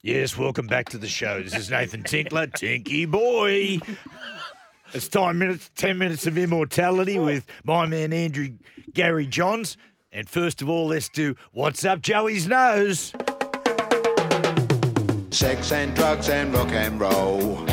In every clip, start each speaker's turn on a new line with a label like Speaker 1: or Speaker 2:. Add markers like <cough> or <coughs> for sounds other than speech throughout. Speaker 1: Yes, welcome back to the show. This is Nathan Tinkler, Tinky Boy. It's time minutes, ten minutes of immortality with my man Andrew Gary Johns. And first of all, let's do what's up Joey's nose.
Speaker 2: Sex and drugs and rock and roll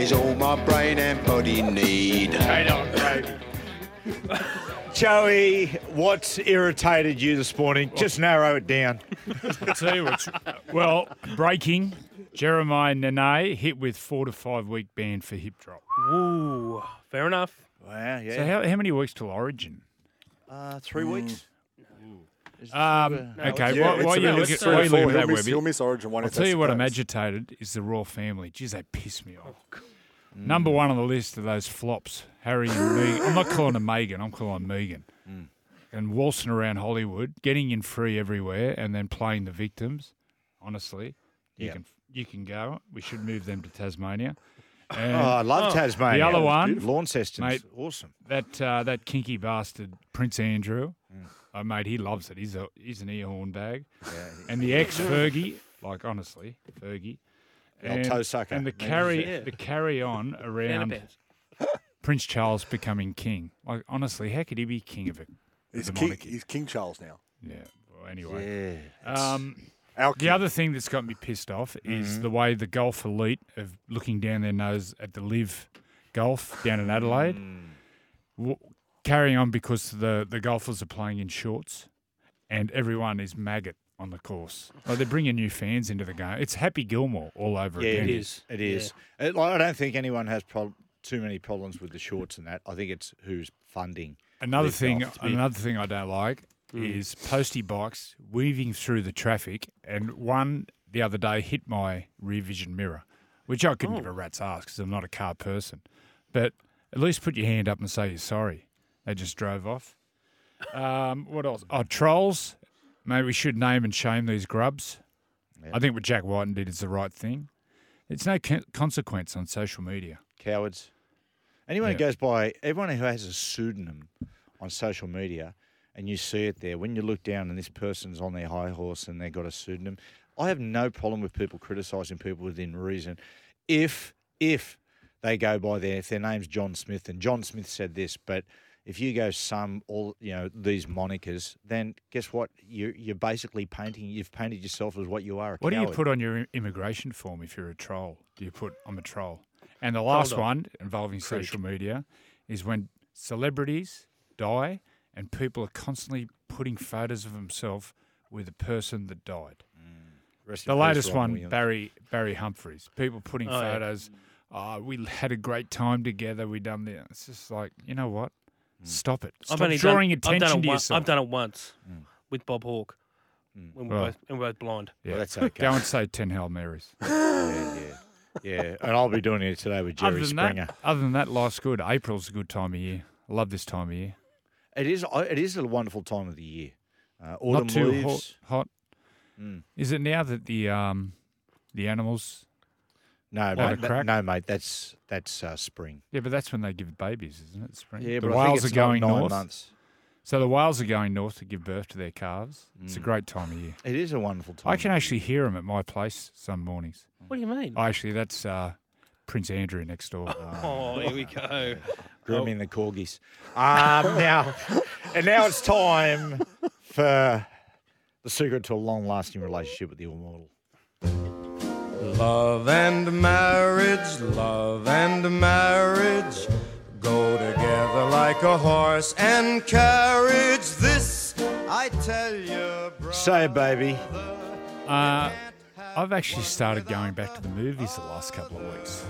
Speaker 2: is all my brain and body need.
Speaker 1: Hang on, baby. Joey, what's irritated you this morning? Just narrow it down.
Speaker 3: too. Which, well, breaking. Jeremiah Nene hit with four to five week ban for hip drop.
Speaker 4: Ooh, fair enough.
Speaker 1: Wow, yeah.
Speaker 3: So how, how many weeks till Origin?
Speaker 1: uh, three weeks.
Speaker 3: Um, okay,
Speaker 4: Yeah,
Speaker 3: why,
Speaker 4: it's
Speaker 3: why are you
Speaker 4: about-
Speaker 3: looking,
Speaker 4: it's
Speaker 3: why are you
Speaker 4: three or
Speaker 3: looking at that,
Speaker 5: he'll miss, he'll
Speaker 3: Webby?
Speaker 5: miss Origin one.
Speaker 3: I'll tell you what I'm agitated is the royal family. Geez, they piss me off. Number one on the list of those flops, Harry and Megan. I'm not calling her Megan, I'm calling her Megan. And waltzing around Hollywood, getting in free everywhere, and then playing the victims. Honestly, you
Speaker 1: Yeah.
Speaker 3: can you can go. We should move them to Tasmania.
Speaker 1: Oh,
Speaker 3: And-
Speaker 1: I love Tasmania.
Speaker 3: Oh, The other one,
Speaker 1: Beautiful. Launceston's
Speaker 3: mate.
Speaker 1: awesome.
Speaker 3: That uh, that kinky bastard Prince Andrew, oh mate, he loves it. He's a he's an earhorn bag, and the ex Fergie, like honestly, Fergie,
Speaker 1: old toe sucker.
Speaker 3: and the carry the carry on around
Speaker 4: Annabeth.
Speaker 3: Prince Charles becoming king. Like honestly, how could he be king of it?
Speaker 5: He's
Speaker 3: the
Speaker 5: King,
Speaker 3: monarchy.
Speaker 5: he's King Charles now.
Speaker 3: Yeah. Well, anyway, um,
Speaker 5: Our
Speaker 3: the other thing that's got me pissed off
Speaker 1: Mm-hmm.
Speaker 3: is the way the golf elite of looking down their nose at the live golf down in Adelaide,
Speaker 1: Mm.
Speaker 3: w- carrying on because the, the golfers are playing in shorts and everyone is maggot on the course. Like they're bringing new fans into the game. It's Happy Gilmore all over
Speaker 1: Yeah,
Speaker 3: again.
Speaker 1: it is. It is. It- like, I don't think anyone has prob- too many problems with the shorts and that. I think it's who's funding.
Speaker 3: Another
Speaker 1: lift
Speaker 3: thing,
Speaker 1: off, to be- Hmm.
Speaker 3: another thing I don't like is postie bikes weaving through the traffic, and one the other day hit my rear vision mirror, which I couldn't
Speaker 1: Oh.
Speaker 3: give a rat's ass because I'm not a car person. But at least put your hand up and say you're sorry. They just drove off. Um, what else? Oh, trolls. Maybe we should name and shame these grubs. I think what Jack Whiten did is the right thing. It's no con- consequence on social media.
Speaker 1: cowards. Anyone who
Speaker 3: Yeah.
Speaker 1: goes by everyone who has a pseudonym on social media, and you see it there. When you look down and this person's on their high horse and they've got a pseudonym, I have no problem with people criticising people within reason, if if they go by their if their name's John Smith and John Smith said this, but. If you go some all you know these monikers, then guess what? You you're basically painting. You've painted yourself as what you are. A
Speaker 3: What do you
Speaker 1: coward.
Speaker 3: put on your im- immigration form if you're a troll? Do you put I'm a troll? And the last one involving social media is when celebrities die and people are constantly putting photos of themselves with the person that died.
Speaker 1: Rest in
Speaker 3: The
Speaker 1: peace,
Speaker 3: latest
Speaker 1: Robin
Speaker 3: one,
Speaker 1: Williams.
Speaker 3: Barry Barry Humphries. People putting
Speaker 4: yeah.
Speaker 3: photos. Oh, we had a great time together. We done this. It's just like you know what? Stop it. Stop drawing
Speaker 4: Hmm.
Speaker 3: attention
Speaker 4: done, I've done it
Speaker 3: to
Speaker 4: one-
Speaker 3: yourself.
Speaker 4: I've done it once
Speaker 5: Mm.
Speaker 4: with Bob Hawke when we're
Speaker 3: Right.
Speaker 4: both when we're both blind.
Speaker 3: Yeah.
Speaker 1: Well, that's okay.
Speaker 3: Go and say ten Hail Marys.
Speaker 1: Yeah, and I'll be doing it today with Jerry
Speaker 3: other than
Speaker 1: Springer.
Speaker 3: That, other than that, life's good. April's a good time of year. I love this time of year.
Speaker 1: It is. I- It is a wonderful time of the year. Uh, autumn
Speaker 3: Not too
Speaker 1: leaves. Hmm.
Speaker 3: hot. hot. Is it now that the um, the animals?
Speaker 1: No,
Speaker 3: Lot
Speaker 1: mate.
Speaker 3: of
Speaker 1: that-
Speaker 3: crack.
Speaker 1: no, mate. That's that's uh, spring.
Speaker 3: Yeah, but that's when they give babies, isn't it? Spring.
Speaker 1: Yeah, but
Speaker 3: the
Speaker 1: I think
Speaker 3: whales
Speaker 1: it's
Speaker 3: are going
Speaker 1: not nine
Speaker 3: north.
Speaker 1: months.
Speaker 3: So the whales are going north to give birth to their calves. It's a
Speaker 1: Hmm.
Speaker 3: great time of year.
Speaker 1: It is a wonderful time.
Speaker 3: I can actually hear them at my place some mornings.
Speaker 4: What do you mean?
Speaker 3: Oh, actually, that's uh, Prince Andrew next door.
Speaker 1: <laughs>
Speaker 4: oh, here we
Speaker 5: <laughs>
Speaker 4: go. <laughs>
Speaker 1: grooming the corgis. Um, <laughs> now, and now it's time for the secret to a long-lasting relationship with the immortal.
Speaker 6: Love and marriage, love and marriage go together like a horse and carriage. This I tell you,
Speaker 1: Say, baby.
Speaker 3: Uh, I've actually started going back to the movies the last couple of weeks.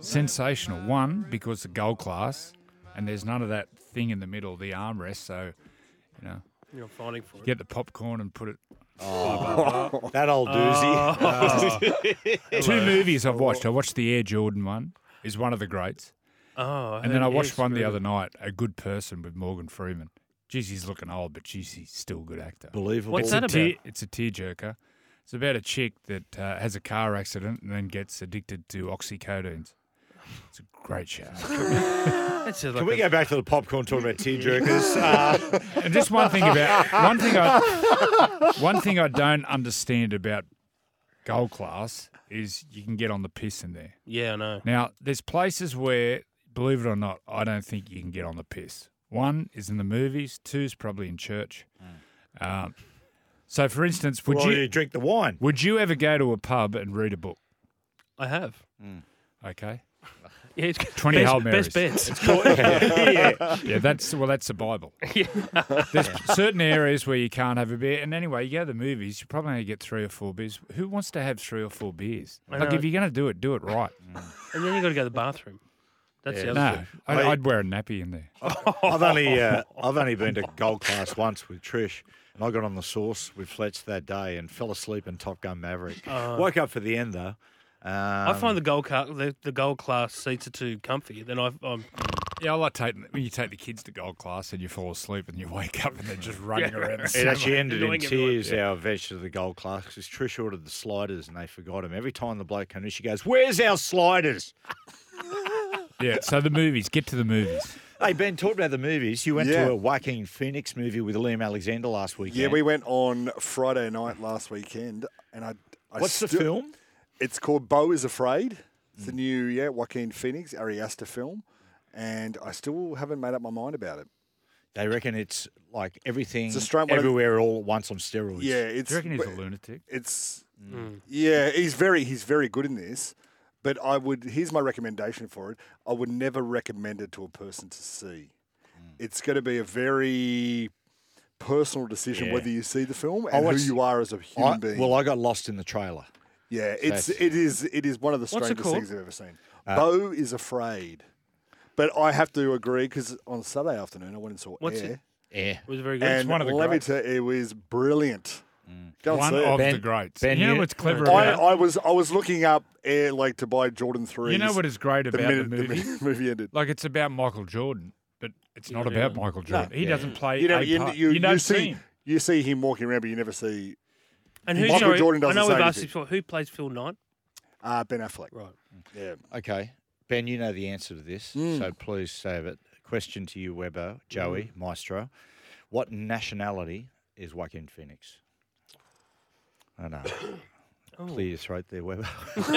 Speaker 3: Sensational. One, because the gold class, and there's none of that thing in the middle, the armrest. So, you know,
Speaker 4: You're fighting for it.
Speaker 3: get the popcorn and put it
Speaker 1: That old doozy.
Speaker 3: Two movies I've watched. I watched the Air Jordan one. Is one of the greats.
Speaker 4: Oh, I
Speaker 3: And then
Speaker 4: heard
Speaker 3: I
Speaker 4: he
Speaker 3: watched one the
Speaker 4: screwed
Speaker 3: other
Speaker 4: it.
Speaker 3: night, A Good Person with Morgan Freeman. Jeez, he's looking old, but jeez, he's still a good actor.
Speaker 1: Believable.
Speaker 4: What's
Speaker 3: it's
Speaker 4: that
Speaker 3: a
Speaker 4: about?
Speaker 3: tear, it's a tearjerker. It's about a chick that uh, has a car accident and then gets addicted to oxycodones. It's a great show.
Speaker 4: That sounds
Speaker 1: Can
Speaker 4: like
Speaker 1: we go back to the popcorn talking about tear jerkers? Uh,
Speaker 3: and just one thing about one thing I one thing I don't understand about Gold Class is you can get on the piss in there.
Speaker 4: Yeah, I know.
Speaker 3: Now, there's places where, believe it or not, I don't think you can get on the piss. One is in the movies. Two is probably in church. Um, so, for instance, would
Speaker 1: well, you,
Speaker 3: you
Speaker 1: drink the wine?
Speaker 3: would you ever go to a pub and read a book? <laughs>
Speaker 4: I have.
Speaker 3: Okay.
Speaker 4: Yeah, it's
Speaker 3: 20
Speaker 4: best,
Speaker 3: Hail
Speaker 4: best
Speaker 3: <laughs>
Speaker 4: bets.
Speaker 3: yeah. yeah, that's well, that's the <laughs> Bible. There's certain areas where you can't have a beer, and anyway, you go to the movies, you probably only get three or four beers. Who wants to have three or four beers?
Speaker 4: I
Speaker 3: Like,
Speaker 4: know.
Speaker 3: if you're going to do it, do it right.
Speaker 4: and then you got to go to the bathroom. That's the other
Speaker 3: No,
Speaker 4: thing.
Speaker 3: I'd,
Speaker 1: I-
Speaker 3: I'd wear a nappy in there.
Speaker 1: I've only
Speaker 5: <laughs>
Speaker 1: uh, I've only been to Gold Class once with Trish, and I got on the sauce with Fletch that day and fell asleep in Top Gun Maverick.
Speaker 5: Uh.
Speaker 1: Woke up for the end though. Um,
Speaker 4: I find the gold car, the, the gold class seats are too comfy. Then I've, I'm
Speaker 3: Yeah, I like taking when you take the kids to gold class and you fall asleep and you wake up and they're <laughs> just running around.
Speaker 1: It actually ended in
Speaker 4: Annoying everyone.
Speaker 1: tears, our adventure to the gold class, because Trish ordered the sliders and they forgot them. Every time the bloke came in, she goes, Where's our sliders?
Speaker 3: yeah. So the movies, get to the movies.
Speaker 1: Hey, Ben, talk about the movies. You went
Speaker 5: Yeah.
Speaker 1: to a Joaquin Phoenix movie with Liam Alexander last weekend.
Speaker 5: Yeah, we went on Friday night last weekend, and I. I
Speaker 1: What's the
Speaker 5: still-
Speaker 1: film?
Speaker 5: It's called Bo is Afraid. It's
Speaker 3: Hmm.
Speaker 5: the new yeah Joaquin Phoenix Ari Aster film, and I still haven't made up my mind about it.
Speaker 1: They reckon it's like everything,
Speaker 5: It's a straight one of-
Speaker 1: everywhere, all at once on steroids.
Speaker 5: Yeah, it's
Speaker 3: Do you reckon he's a
Speaker 5: but
Speaker 3: lunatic?
Speaker 5: it's yeah he's very he's very good in this, but I would here's my recommendation for it. I would never recommend it to a person to see. It's going to be a very personal decision
Speaker 1: Yeah.
Speaker 5: whether you see the film
Speaker 1: I
Speaker 5: and who
Speaker 1: watched-
Speaker 5: you are as a human
Speaker 1: I,
Speaker 5: being.
Speaker 1: well, I got lost in the trailer.
Speaker 5: Yeah, it's it is it is one of the
Speaker 4: it
Speaker 5: strangest
Speaker 4: called?
Speaker 5: things I've ever seen. Bo is afraid, but I have to agree because on Saturday afternoon I went and saw
Speaker 4: What's
Speaker 5: Air,
Speaker 1: Yeah.
Speaker 4: it was very good.
Speaker 5: and
Speaker 3: one of the
Speaker 5: let me
Speaker 3: greats.
Speaker 5: tell you, it was brilliant. Go and
Speaker 3: One
Speaker 5: see it.
Speaker 3: of the
Speaker 1: Ben-
Speaker 3: greats.
Speaker 1: Ben,
Speaker 3: you know
Speaker 1: you-
Speaker 3: what's clever
Speaker 5: I,
Speaker 3: about
Speaker 5: I was I was looking up Air like to buy Jordan three.
Speaker 3: you know what is great
Speaker 5: the
Speaker 3: about
Speaker 5: minute
Speaker 3: the movie?
Speaker 5: the
Speaker 4: <laughs>
Speaker 5: movie ended.
Speaker 3: Like it's about Michael Jordan, but it's not about Michael Jordan. he doesn't play.
Speaker 5: You know
Speaker 3: a
Speaker 5: you,
Speaker 3: part.
Speaker 5: you,
Speaker 3: You don't
Speaker 5: you
Speaker 3: see
Speaker 5: see
Speaker 3: him.
Speaker 5: you see him walking around, but you never see
Speaker 4: and who's
Speaker 5: Michael
Speaker 4: sorry,
Speaker 5: Jordan
Speaker 4: I
Speaker 5: doesn't
Speaker 4: know
Speaker 5: say
Speaker 4: we've asked
Speaker 5: anything.
Speaker 4: you before. Who plays Phil Knight?
Speaker 5: uh, Ben Affleck.
Speaker 4: Right.
Speaker 5: Yeah.
Speaker 1: Okay. Ben, you know the answer to this,
Speaker 3: Hmm.
Speaker 1: so please save it. Question to you, Weber, Joey, Maestro. What nationality is Joaquin Phoenix? I
Speaker 3: <coughs>
Speaker 1: know.
Speaker 3: Oh.
Speaker 1: Clear your throat there,
Speaker 3: <laughs>
Speaker 1: Weber. <laughs>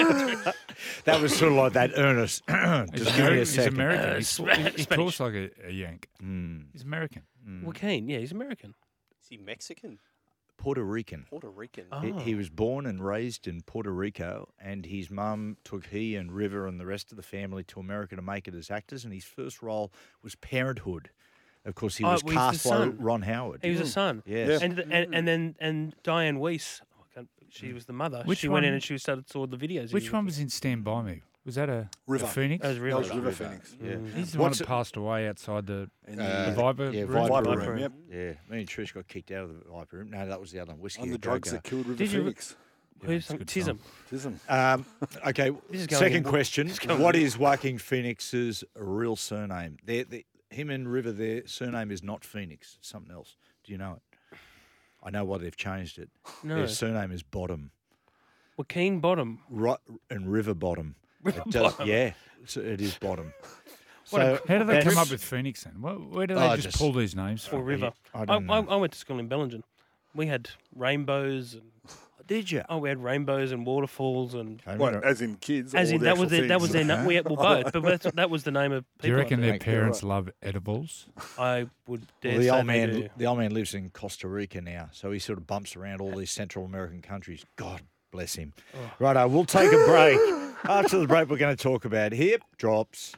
Speaker 1: that was sort of like that earnest. <coughs>
Speaker 3: He's,
Speaker 1: Just give
Speaker 3: Ameri-
Speaker 1: me a
Speaker 3: he's
Speaker 1: second. Uh,
Speaker 3: American. He's- he- he
Speaker 4: Spanish.
Speaker 3: talks like a, a Yank.
Speaker 1: Mm.
Speaker 3: He's American.
Speaker 4: Well, Kane, yeah, he's American.
Speaker 7: Is he Mexican?
Speaker 1: Puerto Rican.
Speaker 7: Puerto Rican?
Speaker 4: Oh.
Speaker 1: He, he was born and raised in Puerto Rico, and his mum took he and River and the rest of the family to America to make it as actors. And his first role was Parenthood. Of course, he
Speaker 4: Oh,
Speaker 1: was
Speaker 4: well, he's the
Speaker 1: cast by
Speaker 4: son.
Speaker 1: Ron Howard.
Speaker 4: He was
Speaker 5: Mm.
Speaker 4: a son.
Speaker 1: Mm. Yes.
Speaker 4: And, the, and
Speaker 3: Mm.
Speaker 4: and then and Diane Weiss, oh, I can't, she
Speaker 1: Mm.
Speaker 4: was the mother.
Speaker 3: Which
Speaker 4: she went in
Speaker 3: one-
Speaker 4: and she started saw the videos. he
Speaker 3: Which one was in Stand By Me? Was that a,
Speaker 5: River.
Speaker 3: a Phoenix?
Speaker 4: That was
Speaker 5: That
Speaker 4: really
Speaker 5: was River Phoenix.
Speaker 1: yeah.
Speaker 3: He's the one
Speaker 1: What's
Speaker 3: that
Speaker 1: it-
Speaker 3: passed away outside the,
Speaker 5: And
Speaker 1: Uh,
Speaker 3: the Viper
Speaker 1: yeah,
Speaker 3: room.
Speaker 1: Viper
Speaker 5: Viper
Speaker 1: Room.
Speaker 5: Room. Yep.
Speaker 1: Yeah, me and Trish got kicked out of the Viper room. No, that was the other one. Whiskey
Speaker 5: On
Speaker 1: a
Speaker 5: the drugs
Speaker 1: Go-Go.
Speaker 5: that killed River
Speaker 4: Did you-
Speaker 5: Phoenix.
Speaker 4: Who's
Speaker 3: good
Speaker 4: Tism?
Speaker 5: Tism.
Speaker 1: Um,
Speaker 4: <laughs>
Speaker 1: okay,
Speaker 4: is going
Speaker 1: second
Speaker 4: in-
Speaker 1: question. What is Joaquin Phoenix's real surname? They're, they him and River, their surname is not Phoenix, it's something else. Do you know it? I know why they've changed it.
Speaker 4: No.
Speaker 1: Their surname is Bottom.
Speaker 4: Well, Keen Bottom.
Speaker 1: Right, and River Bottom. it does, Yeah, so it is Bottom. so,
Speaker 3: How do they
Speaker 1: that's-
Speaker 3: come up with Phoenix then? Where, where do they
Speaker 1: Oh,
Speaker 3: just,
Speaker 1: just-
Speaker 3: pull these names
Speaker 4: or
Speaker 3: from?
Speaker 4: river.
Speaker 1: I
Speaker 4: I, I,
Speaker 1: don't
Speaker 4: I,
Speaker 1: know.
Speaker 4: went to school in Bellingen. We had rainbows. And,
Speaker 1: <sighs> Did you?
Speaker 4: oh, we had rainbows and waterfalls and.
Speaker 1: Okay,
Speaker 5: What, as in kids?
Speaker 4: As
Speaker 5: or
Speaker 4: in
Speaker 5: the
Speaker 4: that was
Speaker 5: actual
Speaker 4: their, that was their
Speaker 5: things?
Speaker 4: na- we had,
Speaker 1: <laughs>
Speaker 4: well both, but that's, that was the name of people.
Speaker 3: Do you
Speaker 4: up
Speaker 3: reckon
Speaker 4: there.
Speaker 3: their parents love edibles?
Speaker 4: I would dare
Speaker 1: Well, the
Speaker 4: say
Speaker 1: old
Speaker 4: they
Speaker 1: man,
Speaker 4: do.
Speaker 1: the old man lives in Costa Rica now, so he sort of bumps around all these Central American countries. God bless him. Right, Righto, we'll take a break. After the break, we're going to talk about hip drops.